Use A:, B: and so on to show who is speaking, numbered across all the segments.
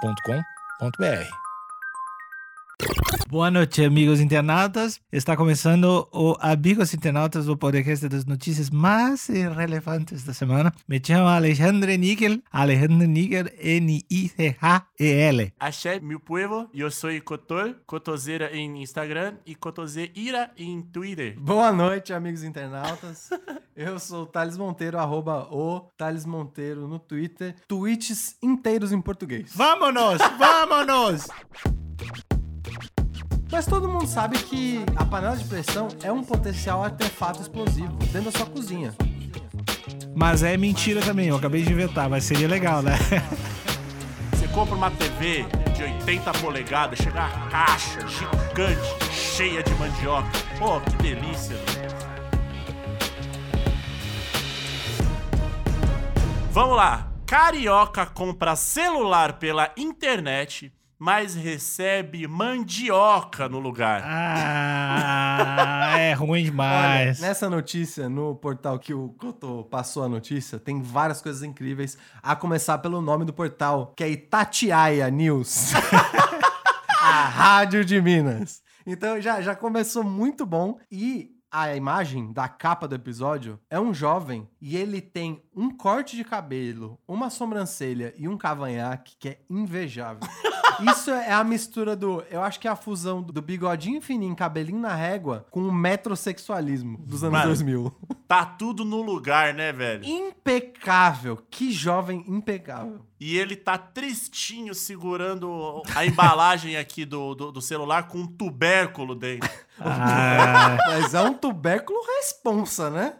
A: agenciadepodcast.com.br.
B: Boa noite, amigos internautas. Está começando o Amigos Internautas, o podcast das notícias mais relevantes da semana. Me chamo Alexandre Níquel, Alexandre Níquel, N-I-C-H-E-L.
C: Axé, meu povo, eu sou Cotor, Cotoseira em Instagram e Cotoseira em Twitter.
D: Boa noite, amigos internautas. Eu sou o Thales Monteiro, arroba o Thales Monteiro no Twitter. Tweets inteiros em português.
B: Vamos, vamos!
D: Mas todo mundo sabe que a panela de pressão é um potencial artefato explosivo dentro da sua cozinha.
B: Mas é mentira também, eu acabei de inventar, mas seria legal, né?
C: Você compra uma TV de 80 polegadas, chega uma caixa gigante, cheia de mandioca. Pô, que delícia. velho. Vamos lá. Carioca compra celular pela internet, mas recebe mandioca no lugar.
B: Ah, é ruim
D: Olha, né?
B: demais.
D: nessa notícia, no portal que o Coto passou a notícia, tem várias coisas incríveis, a começar pelo nome do portal, que é Itatiaia News. a rádio de Minas. Então já, já começou muito bom e a imagem da capa do episódio é um jovem e ele tem um corte de cabelo, uma sobrancelha e um cavanhaque que é invejável. Isso é a mistura do. Eu acho que é a fusão do bigodinho fininho, cabelinho na régua, com o metrosexualismo dos anos
C: Mano.
D: 2000.
C: Tá tudo no lugar, né, velho?
D: Impecável! Que jovem impecável.
C: E ele tá tristinho segurando a embalagem aqui do, do, do celular com um tubérculo dentro.
B: Ah,
D: Mas é um tubérculo responsa, né?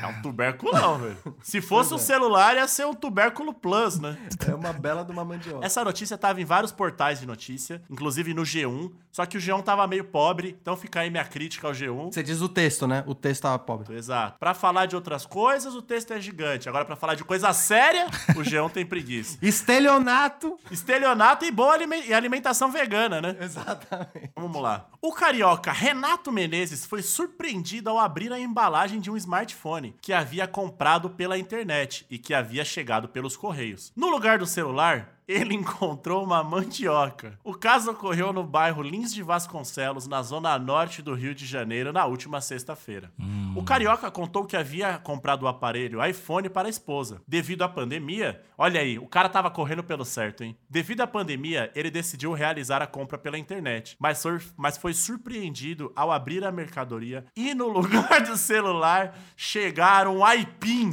C: É um tubérculo, não, velho. Se fosse um celular, ia ser um tubérculo plus, né?
D: É uma bela de uma mandioca.
C: Essa notícia tava em vários portais de notícia, inclusive no G1. Só que o G1 tava meio pobre, então fica aí minha crítica ao G1.
D: Você diz o texto, né? O texto tava pobre.
C: Exato. Pra falar de outras coisas, o texto é gigante. Agora, pra falar de coisa séria, o G1 tem preguiça.
D: Estelionato!
C: Estelionato e boa alime- e alimentação vegana, né?
D: Exatamente.
C: Vamos lá. O carioca Renato Menezes foi surpreendido ao abrir a embalagem de um smartphone que havia comprado pela internet e que havia chegado pelos correios. No lugar do celular, ele encontrou uma mandioca. O caso ocorreu no bairro Lins de Vasconcelos, na zona norte do Rio de Janeiro, na última sexta-feira.
D: Hum.
C: O carioca contou que havia comprado o aparelho iPhone para a esposa. Devido à pandemia, olha aí, o cara tava correndo pelo certo, hein? Devido à pandemia, ele decidiu realizar a compra pela internet, mas, sur- mas foi surpreendido ao abrir a mercadoria e no lugar do celular chegar um aipim.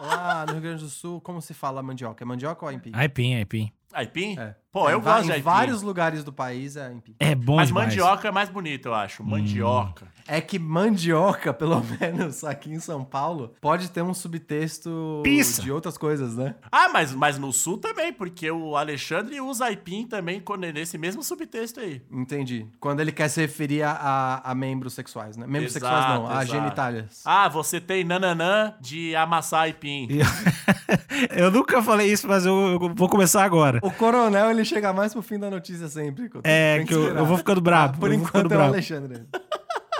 D: Lá no Rio Grande do Sul, como se fala mandioca? É mandioca ou aipim?
B: aipim, aipim.
C: Aipim?
D: É.
C: Pô, eu
D: Em va-
C: gosto de
D: Em
C: aipim.
D: vários lugares do país é aipim.
B: É bom
C: Mas
B: demais.
C: mandioca é mais bonito, eu
D: Hum.
C: acho. Mandioca.
D: É que mandioca, pelo menos aqui em São Paulo, pode ter um subtexto
B: Pizza.
D: de outras coisas, né?
C: Ah, mas, mas no sul também, porque o Alexandre usa aipim também co- nesse mesmo subtexto aí.
D: Entendi. Quando ele quer se referir a, a- a membros sexuais, né? Membros
C: Exato,
D: sexuais não, a
C: exato.
D: genitálias.
C: Ah, você tem nananã de amassar aipim.
B: Eu nunca falei isso, mas eu- eu vou começar agora.
D: O coronel, ele chega mais pro fim da notícia sempre. Couto.
B: É,
D: Tem
B: que eu,
D: esperar.
B: eu vou ficando brabo.
D: Por
B: eu vou ficando
D: enquanto é o
B: brabo.
D: Alexandre.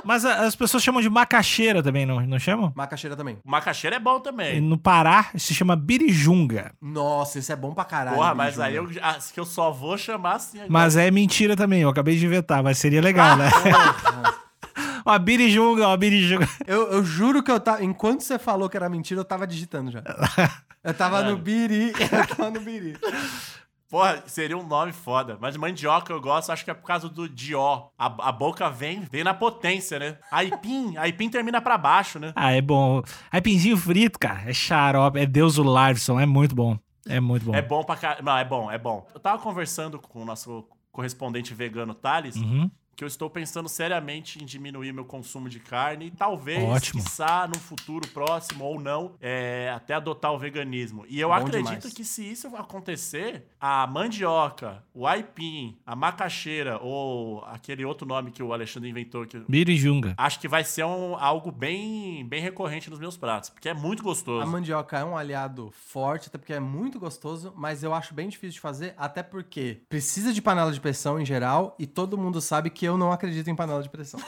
B: Mas a- as pessoas chamam de macaxeira também, não, não chamam?
D: Macaxeira também.
C: Macaxeira é bom
B: E
C: também.
B: No Pará se chama birijunga.
D: Nossa, isso é bom pra caralho.
C: Porra, mas
D: Júnior.
C: aí eu, as que eu só vou chamar assim.
B: Mas é mentira também, eu acabei de inventar, mas seria legal, né? Ó, birijunga, ó, birijunga.
D: Eu, eu juro que eu tava. Enquanto você falou que era mentira, eu tava digitando já. Eu tava no biri. Eu tava no biri.
C: Porra, seria um nome foda. Mas mandioca eu gosto, acho que é por causa do dió. A, a boca vem, vem na potência, né? Aipim, aipim termina pra baixo, né?
B: Ah, é bom. Aipinzinho frito, cara. É xarope, é Deus o Larson, é muito bom. É muito bom.
C: É bom pra caralho. Não, é bom, é bom. Eu tava conversando com o nosso correspondente vegano Thales,
B: Uhum.
C: que eu estou pensando seriamente em diminuir meu consumo de carne e talvez,
B: Ótimo.
C: quiçá, no futuro próximo ou não, é, até adotar o veganismo. E eu
D: Bom
C: acredito
D: demais.
C: que se isso acontecer, a mandioca, o aipim, a macaxeira ou aquele outro nome que o Alexandre inventou que... eu-
B: Birijunga.
C: Acho que vai ser um- algo bem, bem recorrente nos meus pratos, porque é muito
D: A
C: gostoso.
D: mandioca é um aliado forte, até porque é muito gostoso, mas eu acho bem difícil de fazer, até porque precisa de panela de pressão em geral e todo mundo sabe que eu não acredito em panela de pressão.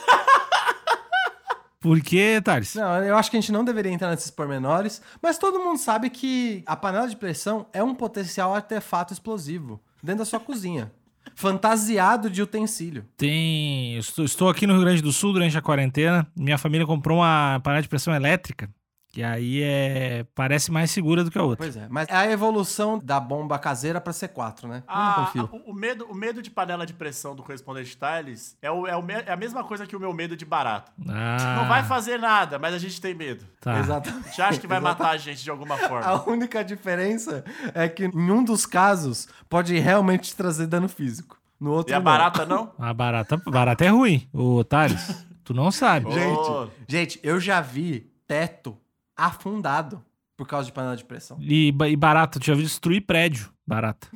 B: Por que, Thales?
D: Não, eu acho que a gente não deveria entrar nesses pormenores, mas todo mundo sabe que a panela de pressão é um potencial artefato explosivo dentro da sua cozinha, fantasiado de utensílio.
B: Tem. eu Estou, estou aqui no Rio Grande do Sul durante a quarentena. Minha família comprou uma panela de pressão elétrica. Que aí é. Parece mais segura do que a outra.
D: Pois é, mas é a evolução da bomba caseira pra C4, né? Eu não
C: Ah,
D: confio.
C: o, o medo, o medo de panela de pressão do correspondente Thales é, o, é, o me- é a mesma coisa que o meu medo de barato.
B: Ah,
C: Não vai fazer nada, mas a gente tem medo.
B: tá.
D: Exatamente.
C: Já acha que vai matar a gente de alguma forma.
D: A única diferença é que em um dos casos pode realmente te trazer dano físico. No
C: E
D: outro
C: a
D: não.
C: barata não?
B: A barata, barata é ruim, ô Thales. Tu não sabe.
C: Ô,
D: Gente, Gente, eu já vi teto afundado por causa de panela de pressão.
B: E, ba- e barata, tu já viu destruir prédio. Barata.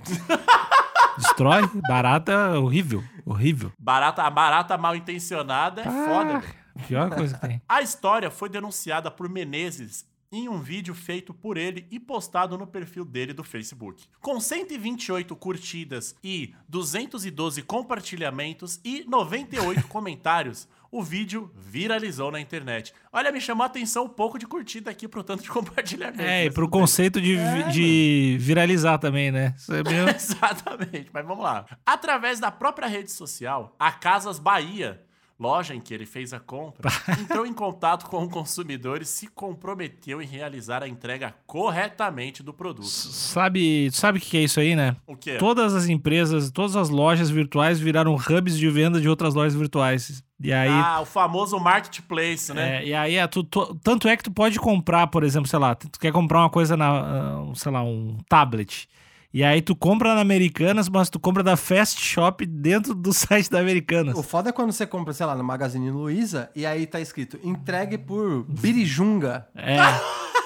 B: Destrói? Barata é horrível. Horrível.
C: barata, a barata mal intencionada é foda. velho.
B: Pior coisa que tem.
C: A história foi denunciada por Menezes em um vídeo feito por ele e postado no perfil dele do Facebook. Com 128 curtidas e 212 compartilhamentos e 98 comentários, o vídeo viralizou na internet. Olha, me chamou a atenção um pouco de curtida aqui pro tanto de compartilhamento.
B: É, e
C: mas
B: pro
C: tudo bem.
B: conceito de, vi- de viralizar também, né? Isso é meio...
C: Exatamente, mas vamos lá. Através da própria rede social, a Casas Bahia, loja em que ele fez a compra, entrou em contato com o consumidor e se comprometeu em realizar a entrega corretamente do produto.
B: Sabe, tu sabe o que que é isso aí, né?
C: O quê?
B: Todas as empresas, todas as lojas virtuais viraram hubs de venda de outras lojas virtuais. E aí,
C: Ah, o famoso marketplace, né?
B: É, e aí, é, tu- tu- tanto é que tu pode comprar, por exemplo, sei lá, tu tu quer comprar uma coisa na, ah, um, sei lá, um tablet. E aí tu compra na Americanas, mas tu compra da Fast Shop dentro do site da Americanas.
D: O foda é quando você compra, sei lá, no Magazine Luiza e aí tá escrito entregue por Birijunga
B: É,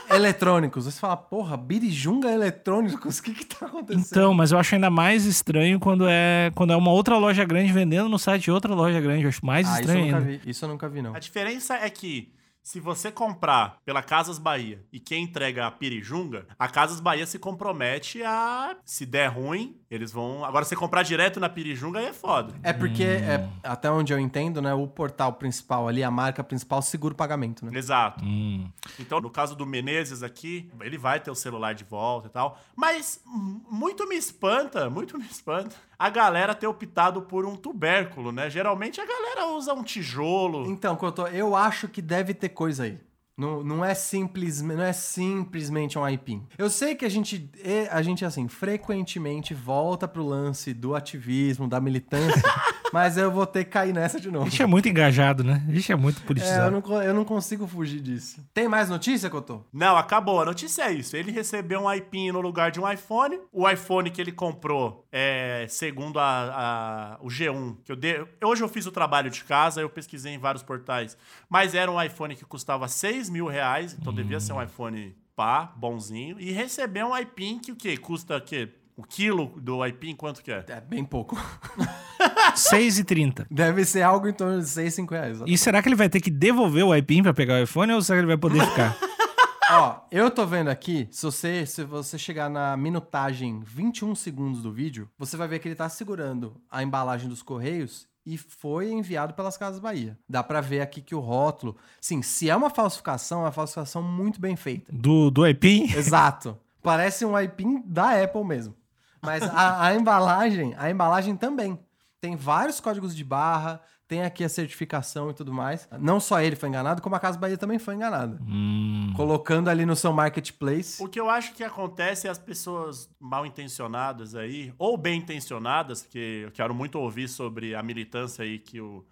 D: Eletrônicos. Você fala, porra, Birijunga Eletrônicos? O que que tá acontecendo?
B: então, mas eu acho ainda mais estranho quando é quando é uma outra loja grande vendendo no site de outra loja grande. Eu acho mais
D: ah, isso eu
B: estranho né?
D: nunca
B: ainda.
D: vi. Isso eu nunca vi, não.
C: A diferença é que se você comprar pela Casas Bahia e quem entrega a Pirijunga, a Casas Bahia se compromete a. Se der ruim, eles vão. Agora, se comprar direto na Pirijunga, aí é foda.
D: É porque, é, até onde eu entendo, né, o portal principal ali, a marca principal, segura o pagamento, né?
C: Exato.
B: Hum.
C: Então, no caso do Menezes aqui, ele vai ter o celular de volta e tal. Mas m- muito me espanta, muito me espanta a galera ter optado por um tubérculo, né? Geralmente a galera usa um tijolo.
D: Então, Cotô, eu acho que deve ter coisa aí. Não, não, é simples, não é simplesmente um aipim. Eu sei que a gente, é- a gente assim, frequentemente volta pro lance do ativismo, da militância, mas eu vou ter que cair nessa de
B: A
D: novo.
B: gente é muito engajado, né? A gente é muito
D: É, eu,
B: politizado.
D: não, co- eu não consigo fugir disso. Tem mais notícia, Cotô?
C: Não, acabou. A notícia é isso. Ele recebeu um iPin no lugar de um iPhone. O iPhone que ele comprou é, segundo a, a- o G1, que eu dei. Hoje eu fiz o trabalho de casa, eu pesquisei em vários portais. Mas era um iPhone que custava 6 mil reais, então devia ser um iPhone pá, bonzinho. E recebeu um iPin que o quê? Custa o quê? O quilo do iPin, quanto que é?
D: É bem pouco.
B: 6,30.
D: Deve ser algo em torno de 6, 5 reais.
B: E será que ele vai ter que devolver o iPin pra pegar o iPhone ou será que ele vai poder ficar?
D: Ó, eu tô vendo aqui, se você, se você chegar na minutagem 21 segundos do vídeo, você vai ver que ele tá segurando a embalagem dos Correios e foi enviado pelas Casas Bahia. Dá pra ver aqui que o rótulo... Sim, se é uma falsificação, é uma falsificação muito bem feita.
B: Do, do iPin?
D: Exato. Parece um iPin da Apple mesmo. Mas a, a embalagem, a embalagem também. Tem vários códigos de barra, tem aqui a certificação e tudo mais. Não só ele foi enganado, como a Casa Bahia também foi enganada.
B: Hum.
D: Colocando ali no seu marketplace.
C: O que eu acho que acontece é as pessoas mal intencionadas aí, ou bem intencionadas, porque eu quero muito ouvir sobre a militância aí que o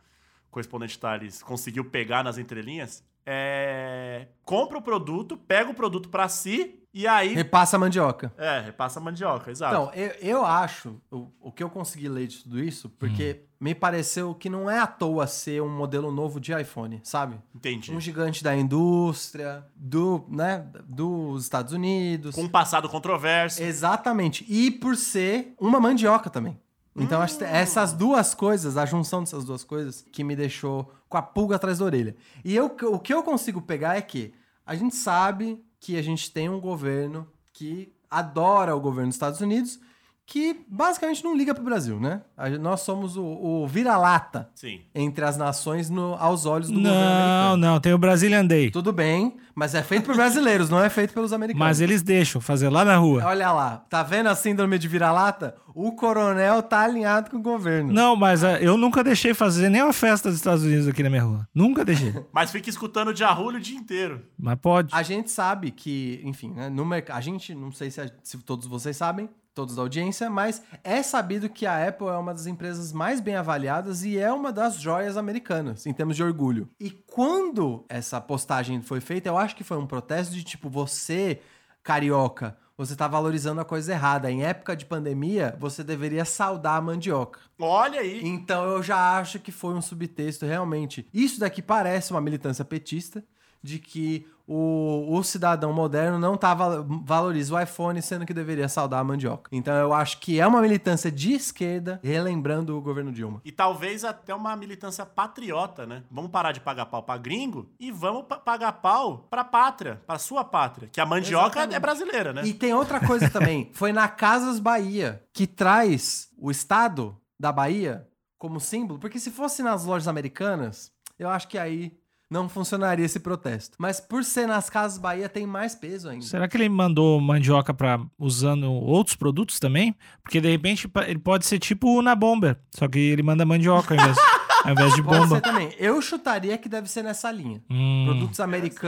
C: correspondente Thales conseguiu pegar nas entrelinhas, é... compra o produto, pega o produto pra si e aí...
D: Repassa a mandioca.
C: É, repassa a mandioca, exato.
D: Então, eu, eu acho, o, o que eu consegui ler de tudo isso, porque me pareceu que não é à toa ser um modelo novo de iPhone, sabe?
C: Entendi.
D: Um gigante da indústria, do, né, dos Estados Unidos.
C: Com um passado
D: É.
C: controverso.
D: Exatamente. E por ser uma mandioca também. Então, acho que essas duas coisas, a junção dessas duas coisas, que me deixou com a pulga atrás da orelha. E eu, o que eu consigo pegar é que a gente sabe que a gente tem um governo que adora o governo dos Estados Unidos, que basicamente não liga pro Brasil, né? A- Nós somos o, o vira-lata
C: Sim.
D: entre as nações no- aos olhos do governo
B: Não,
D: americano.
B: não, tem o Brazilian Day.
D: Tudo bem, mas é feito por brasileiros, não é feito pelos americanos.
B: Mas eles deixam fazer lá na rua.
D: Olha lá, tá vendo a síndrome de vira-lata? O coronel tá alinhado com o governo.
B: Não, mas ah, eu nunca deixei fazer nenhuma festa dos Estados Unidos aqui na minha rua. Nunca deixei.
C: Mas fica escutando de arrulho o dia inteiro.
B: Mas pode.
D: A gente sabe que, enfim, né, no mercado. A gente, não sei se, a- se todos vocês sabem, todos da audiência, mas é sabido que a Apple é uma das empresas mais bem avaliadas e é uma das joias americanas, em termos de orgulho. E quando essa postagem foi feita, eu acho que foi um protesto de tipo, você, carioca, você tá valorizando a coisa errada. Em época de pandemia, você deveria saudar a mandioca.
C: Olha aí.
D: Então eu já acho que foi um subtexto realmente. Isso daqui parece uma militância petista de que o, o cidadão moderno não tá val- valoriza o iPhone, sendo que deveria saudar a mandioca. Então eu acho que é uma militância de esquerda, relembrando o governo Dilma.
C: E talvez até uma militância patriota, né? Vamos parar de pagar pau pra gringo e vamos pa- pagar pau pra pátria, pra sua pátria. Que a mandioca
D: Exatamente.
C: é brasileira, né?
D: E tem outra coisa também. Foi na Casas Bahia que traz o estado da Bahia como símbolo, porque se fosse nas lojas americanas, eu acho que aí não funcionaria esse protesto. Mas por ser nas Casas Bahia, tem mais peso ainda.
B: Será que ele mandou mandioca pra usando outros produtos também? Porque de repente pa- ele pode ser tipo o na bomba, só que ele manda mandioca ao invés, ao invés de
D: Pode
B: bomba.
D: ser também. Eu chutaria que deve ser nessa linha.
B: Hum,
D: Produtos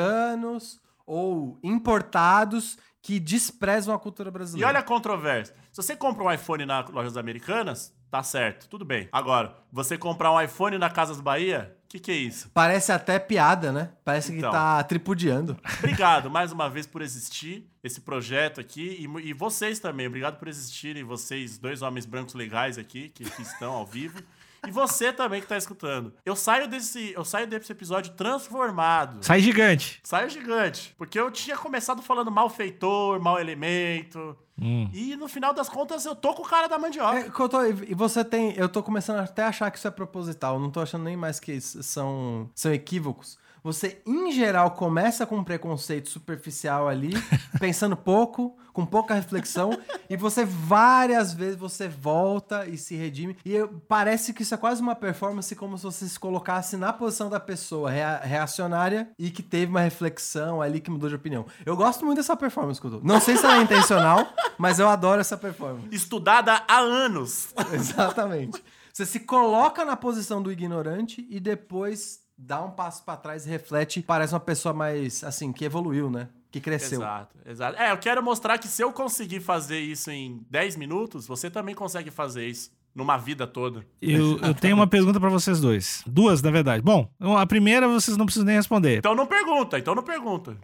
D: americanos ou importados que desprezam a cultura
C: E
D: brasileira.
C: olha a controvérsia. Se você compra um iPhone nas lojas americanas, tá certo, tudo bem. Agora, você comprar um iPhone na Casas Bahia, o que, que é isso?
D: Parece até piada, né? Parece que
C: Então.
D: tá tripudiando.
C: Obrigado mais uma vez por existir esse projeto aqui e, mu- e vocês também. Obrigado por existirem, vocês dois homens brancos legais aqui que, que estão ao vivo. E você também que tá escutando. Eu saio desse, eu saio desse episódio transformado.
B: Sai gigante.
C: Saio gigante. Porque eu tinha começado falando malfeitor, mau elemento.
B: Hum.
C: E no final das contas eu tô com o cara da mandioca.
D: É, Cotô, e e você tem. Eu tô começando até a achar que isso é proposital. Não tô achando nem mais que isso são, são equívocos. Você, em geral, começa com um preconceito superficial ali, pensando pouco, com pouca reflexão, e você várias vezes você volta e se redime. E eu- parece que isso é quase uma performance como se você se colocasse na posição da pessoa rea- reacionária e que teve uma reflexão ali que mudou de opinião. Eu gosto muito dessa performance, Cotô. Não sei se ela é intencional, mas eu adoro essa performance.
C: Estudada há anos.
D: Exatamente. Você se coloca na posição do ignorante e depois dá um passo pra trás e reflete. Parece uma pessoa mais, assim, que evoluiu, né? Que cresceu.
C: Exato, exato. É, eu quero mostrar que se eu conseguir fazer isso em 10 minutos, você também consegue fazer isso numa vida toda.
B: Eu, eu tenho uma pergunta pra vocês dois. Duas, na verdade. Bom, a primeira vocês não precisam nem responder.
C: Então não pergunta, então não pergunta.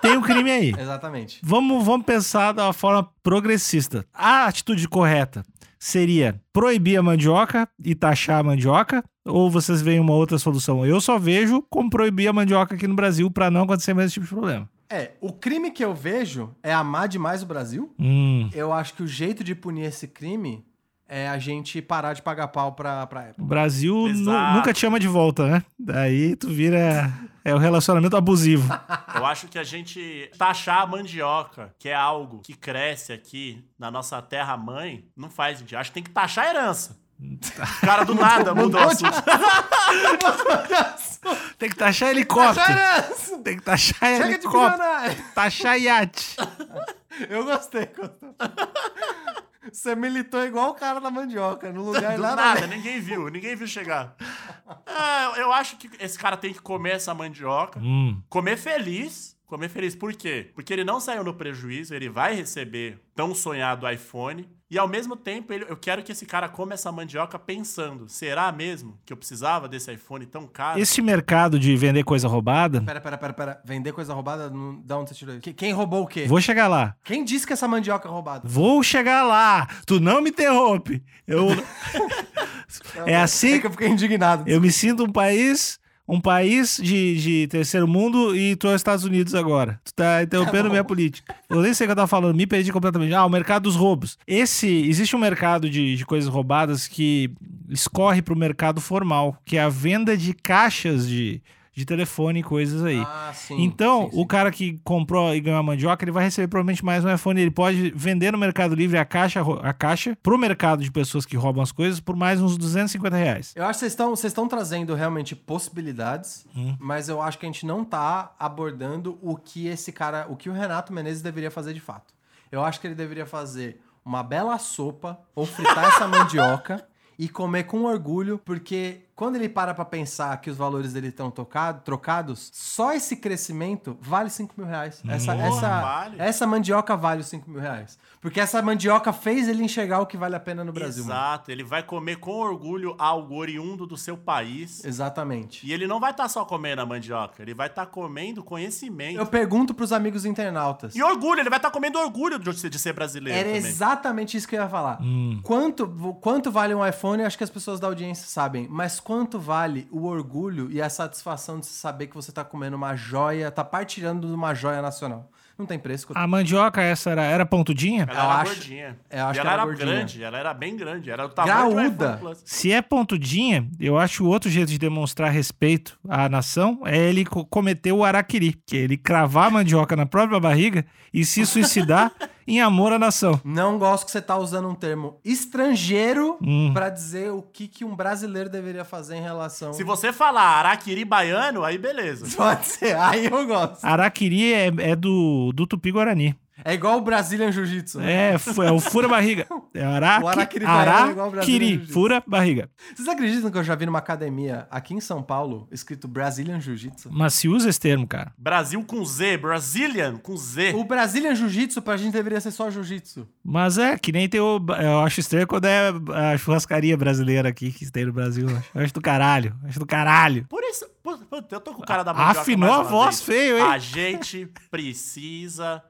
B: Tem um crime aí.
D: Exatamente.
B: Vamos, vamos pensar da forma progressista. A atitude correta seria proibir a mandioca e taxar a mandioca? Ou vocês veem uma outra solução? Eu só vejo como proibir a mandioca aqui no Brasil pra não acontecer mais esse tipo de problema.
D: É, o crime que eu vejo é amar demais o Brasil.
B: Hum.
D: Eu acho que o jeito de punir esse crime é a gente parar de pagar pau pra, pra Apple.
B: O Brasil nu-
C: Exato.
B: nunca te chama de volta, né? Daí tu vira. É o relacionamento abusivo.
C: Eu acho que a gente taxar a mandioca, que é algo que cresce aqui na nossa terra mãe, não faz sentido. Acho que tem que taxar a herança. O cara do nada mudou o assunto.
B: Tem que taxar helicóptero.
D: Herança!
B: Tem que taxar
D: Chega de
B: helicóptero.
D: milionário!
B: Taxar iate.
D: Eu gostei, Cotô. Você militou igual o cara da mandioca, no lugar
C: Do
D: lá
C: nada, ninguém viu, ninguém viu chegar. Ah, eu acho que esse cara tem que comer essa mandioca.
B: Hum.
C: Comer feliz. Comer feliz por quê? Porque ele não saiu no prejuízo, ele vai receber tão sonhado iPhone. E ao mesmo tempo, ele- eu quero que esse cara coma essa mandioca pensando: será mesmo que eu precisava desse iPhone tão caro?
B: Esse mercado de vender coisa roubada.
D: Pera, pera, pera, pera. Vender coisa roubada, não... da onde você tirou isso? Que- Quem roubou o quê?
B: Vou chegar lá.
D: Quem disse que essa mandioca é roubada?
B: Vou chegar lá. Tu não me interrompe. Eu... é assim
D: É que eu fiquei indignado.
B: eu me sinto um país, um país de, de terceiro mundo e tu é os Estados Unidos agora. Tu tá interrompendo minha política. Eu nem sei o que eu tava falando, me perdi completamente. Ah, o mercado dos roubos. Esse existe um mercado de, de coisas roubadas que escorre pro mercado formal, que é a venda de caixas de de de telefone e coisas aí.
D: Ah, sim.
B: Então,
D: sim, sim.
B: o cara que comprou e ganhou a mandioca, ele vai receber provavelmente mais um iPhone. Ele pode vender no Mercado Livre a caixa, ro- a caixa pro mercado de pessoas que roubam as coisas por mais uns 250 reais.
D: Eu acho que vocês estão- vocês estão trazendo realmente possibilidades, mas eu acho que a gente não tá abordando o que esse cara, o que o Renato Menezes deveria fazer de fato. Eu acho que ele deveria fazer uma bela sopa ou fritar essa mandioca e comer com orgulho, porque quando ele para pra pensar que os valores dele estão tocado- trocados, só esse crescimento vale 5 mil reais. Essa,
C: Porra,
D: essa,
C: vale.
D: essa mandioca vale os 5 mil reais. Porque essa mandioca fez ele enxergar é o que vale a pena no Brasil. mano.
C: Exato, ele vai comer com orgulho algo oriundo do seu país.
D: Exatamente.
C: E ele não vai estar só comendo a mandioca, ele vai estar comendo conhecimento.
D: Eu pergunto pros amigos internautas.
C: E orgulho, ele vai estar comendo orgulho de ser- de ser brasileiro
D: Era
C: também.
D: exatamente isso que eu ia falar. Quanto, quanto vale um iPhone, eu acho que as pessoas da audiência sabem. Mas quanto vale o orgulho e a satisfação de se saber que você tá comendo uma joia, tá partilhando de uma joia nacional? Não tem preço.
B: A mandioca, essa era, era pontudinha?
C: Ela
D: Eu
C: era
D: acho-
C: gordinha.
D: eu acho
C: e ela
D: que era
C: era
D: gordinha.
C: grande, ela era bem grande. Era o tamanho do
D: Graúda.
C: iPhone Plus.
B: Se é pontudinha, eu acho outro jeito de demonstrar respeito à nação é ele co- cometer o araquiri, que é ele cravar a mandioca na própria barriga e se suicidar em amor à nação.
D: Não gosto que você tá usando um termo estrangeiro pra dizer o que, que um brasileiro deveria fazer em relação.
C: Se você falar araquiri baiano, aí beleza.
D: Pode ser, aí eu gosto.
B: Araquiri é, é do, do Tupi-Guarani.
D: É igual o Brazilian Jiu-Jitsu. né?
B: É, fu- é o fura-barriga. É
D: O
B: araquiri,
D: araquiri baiano é igual o brasileiro de
B: araquiri
D: jiu-jitsu.
B: fura-barriga.
D: Vocês acreditam que eu já vi numa academia aqui em São Paulo escrito Brazilian Jiu-Jitsu?
B: Mas se usa esse termo, cara.
C: Brasil com Z, Brazilian com Z.
D: O Brazilian Jiu-Jitsu pra gente deveria ser só Jiu-Jitsu.
B: Mas é, que nem tem o. Eu acho estranho quando é a churrascaria brasileira aqui que tem no Brasil. Eu acho do caralho. eu Acho do caralho.
C: Por isso, por- puta, eu tô com o cara da mandioca
B: Afinou
C: mais
B: a
C: uma
B: voz
C: vez.
B: feio, hein?
C: A gente precisa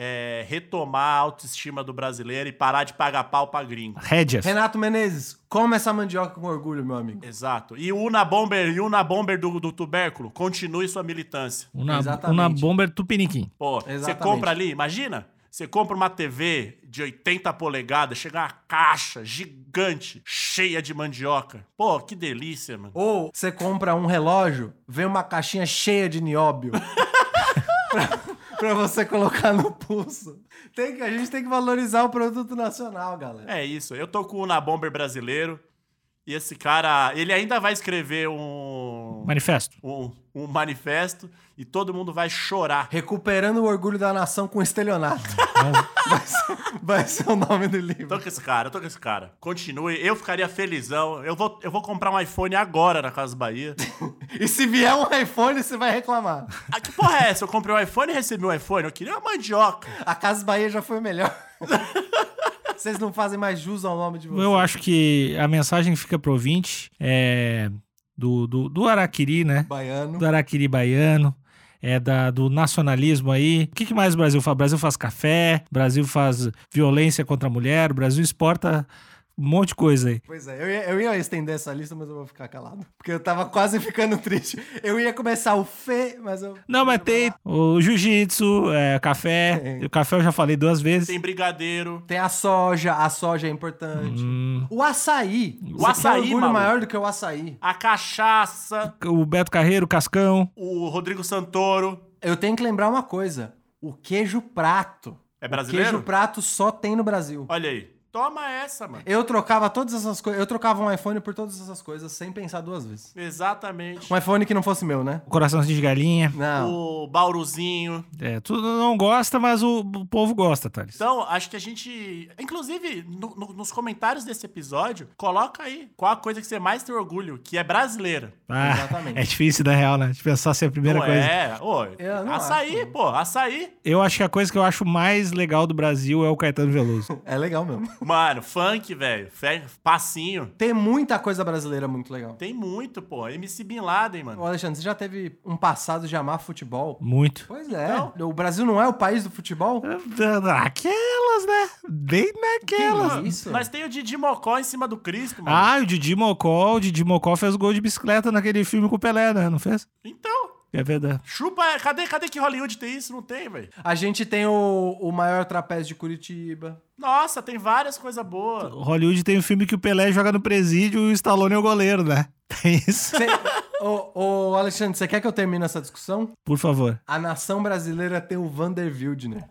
C: é, retomar a autoestima do brasileiro e parar de pagar pau pra gringo.
B: Rédeas.
D: Renato Menezes, come essa mandioca com orgulho, meu amigo.
C: Exato. E o Unabomber, e o Unabomber do, do tubérculo, continue sua militância.
B: Una,
D: Exatamente.
B: uma bomber tupiniquim.
C: Pô, você
D: Exatamente.
C: compra ali, imagina, você compra uma TV de 80 polegadas, chega uma caixa gigante, cheia de mandioca. Pô, que delícia, mano.
D: Ou você compra um relógio, vem uma caixinha cheia de nióbio. pra, pra você colocar no pulso. Tem que, a gente tem que valorizar o produto nacional, galera.
C: É isso. Eu tô com o Unabomber brasileiro. E esse cara, ele ainda vai escrever um,
B: Manifesto.
C: um, um manifesto e todo mundo vai chorar.
D: Recuperando o orgulho da nação com estelionato. vai, ser, vai ser o nome do livro.
C: Tô com esse cara, tô com esse cara. Continue, eu ficaria felizão. Eu vou, eu vou comprar um iPhone agora na Casa Bahia.
D: E se vier um iPhone, você vai reclamar.
C: Ah, que porra é essa? Eu comprei um iPhone e recebi um iPhone? Eu queria uma mandioca.
D: A Casa Bahia já foi melhor. Vocês não fazem mais jus ao nome de vocês.
B: Eu acho que a mensagem que fica pro ouvinte é do, do, do Araquiri, né?
D: Baiano.
B: Do Araquiri baiano. É da, do nacionalismo aí. O que, que mais o Brasil faz? O Brasil faz café, o Brasil faz violência contra a mulher, o Brasil exporta um monte de coisa aí.
D: Pois é, eu ia, eu ia estender essa lista, mas eu vou ficar calado. Porque eu tava quase ficando triste. Eu ia começar o Fê, mas eu.
B: Não, mas tem o jiu-jitsu, é, café.
D: Tem.
B: O café eu já falei duas vezes.
C: Tem brigadeiro.
D: Tem a soja, a soja é importante. O açaí.
C: Hum. O
D: Você tem
C: açaí,
D: orgulho
C: maluco.
D: maior do que o açaí.
C: A cachaça,
B: O Beto Carreiro, o Cascão.
C: o Rodrigo Santoro.
D: Eu tenho que lembrar uma coisa: o queijo prato.
C: É
D: O
C: brasileiro?
D: queijo prato só tem no Brasil.
C: Olha aí. Toma essa, mano.
D: Eu trocava todas essas coisas. Eu trocava um iPhone por todas essas coisas sem pensar duas vezes.
C: Exatamente.
D: Um iPhone que não fosse meu, né?
B: O coraçãozinho de galinha.
D: Não.
C: O Bauruzinho.
B: É, tu não gosta, mas o, o povo gosta, Thales.
C: Então, acho que a gente. Inclusive, no- no- nos comentários desse episódio, coloca aí qual a coisa que você mais tem orgulho, que é brasileira.
B: Ah,
D: Exatamente.
B: É difícil, na real, né? De pensar se é a primeira
C: não
B: coisa.
C: é?
D: Eu
C: Ô,
D: não
C: açaí,
D: acho.
C: pô, açaí.
B: Eu acho que a coisa que eu acho mais legal do Brasil é o Caetano Veloso.
D: É legal mesmo.
C: Mano, funk, velho. fe- Passinho.
D: Tem muita coisa brasileira muito legal.
C: Tem muito, pô. MC Bin Laden,
D: Ô,
C: mano.
D: Alexandre, você já teve um passado de amar futebol?
B: Muito.
D: Pois é.
C: Então.
D: O Brasil não é o país do futebol?
B: Naquelas, né? Bem naquelas.
D: Que isso?
C: É, Mas tem o Didi Mocó em cima do Cristo, mano.
B: Ah, o Didi Mocó. O Didi Mocó fez gol de bicicleta naquele filme com o Pelé, né? Não fez?
C: Então,
B: É verdade.
C: chupa. Cadê, cadê que Hollywood tem isso? Não tem, velho.
D: A gente tem o, o maior trapézio de Curitiba.
C: Nossa, tem várias coisas boas.
B: Hollywood tem um filme que o Pelé joga no presídio e o Stallone é o goleiro, né? Tem isso.
D: Cê- Ô, ô, Alexandre, você quer que eu termine essa discussão?
B: Por favor.
D: A nação brasileira tem o Vander Wildner.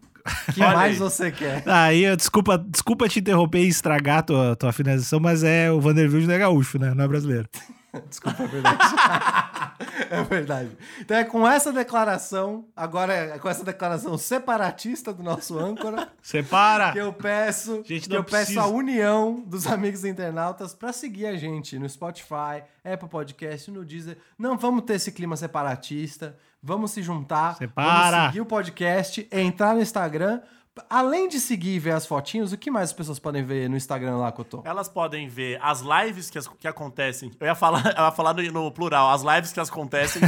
D: Que
C: Olha
D: mais
C: aí.
D: você quer?
B: Aí, eu- desculpa, desculpa te interromper e estragar tua, tua finalização, mas é o Vanderbilt não é gaúcho, né? Não é brasileiro.
D: Desculpa, é verdade. é verdade. Então é com essa declaração, agora é com essa declaração separatista do nosso âncora,
B: Separa!
D: que eu peço,
B: Gente,
D: que
B: não
D: eu peço
B: precisa.
D: a união dos amigos internautas pra seguir a gente no Spotify, Apple Podcast, no Deezer. Não vamos ter esse clima separatista. Vamos se juntar.
B: Separa.
D: Vamos seguir o podcast, entrar no Instagram. Além de seguir e ver as fotinhos, o que mais as pessoas podem ver no Instagram lá, Cotô?
C: Elas podem ver as lives que, as- que acontecem. Eu ia falar, eu ia falar no, no plural, as lives que as acontecem.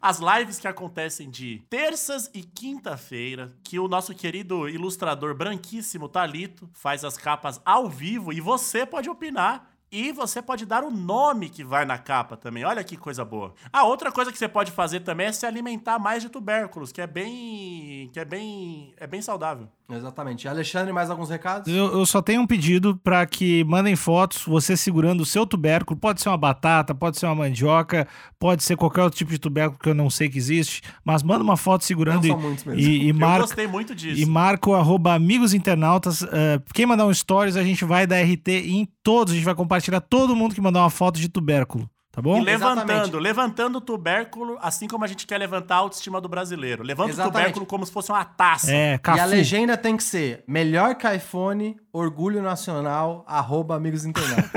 C: as lives que acontecem de terças e quinta-feira, que o nosso querido ilustrador branquíssimo Talito faz as capas ao vivo e você pode opinar. E você pode dar o nome que vai na capa também. Olha que coisa boa. A outra coisa que você pode fazer também é se alimentar mais de tubérculos, que é bem, que é bem, é bem saudável.
D: Exatamente. Alexandre, mais alguns recados?
B: Eu, eu só tenho um pedido pra que mandem fotos, você segurando o seu tubérculo. Pode ser uma batata, pode ser uma mandioca, pode ser qualquer outro tipo de tubérculo que eu não sei que existe, mas manda uma foto segurando
D: Não
B: e,
D: são muitos mesmo.
B: e, e
C: Eu
B: marca.
C: gostei muito disso.
B: E marca o arroba amigos internautas. Eh, quem mandar um stories, a gente vai dar RT em todos. A gente vai compartilhar todo mundo que mandar uma foto de tubérculo, tá
C: E
B: bom?
C: levantando,
D: Exatamente.
C: levantando o tubérculo, assim como a gente quer levantar a autoestima do brasileiro. Levanta o
D: Exatamente.
C: tubérculo como se fosse uma taça.
B: É,
D: E a
B: Cafu.
D: legenda tem que ser melhor que iPhone, orgulho nacional, arroba amigos internautas.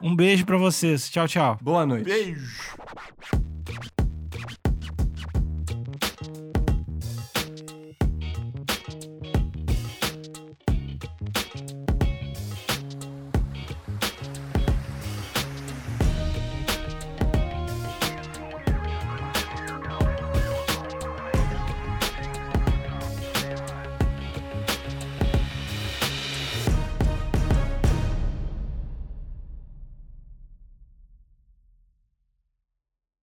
B: Um beijo pra vocês. Tchau, tchau.
D: Boa noite.
C: Beijo.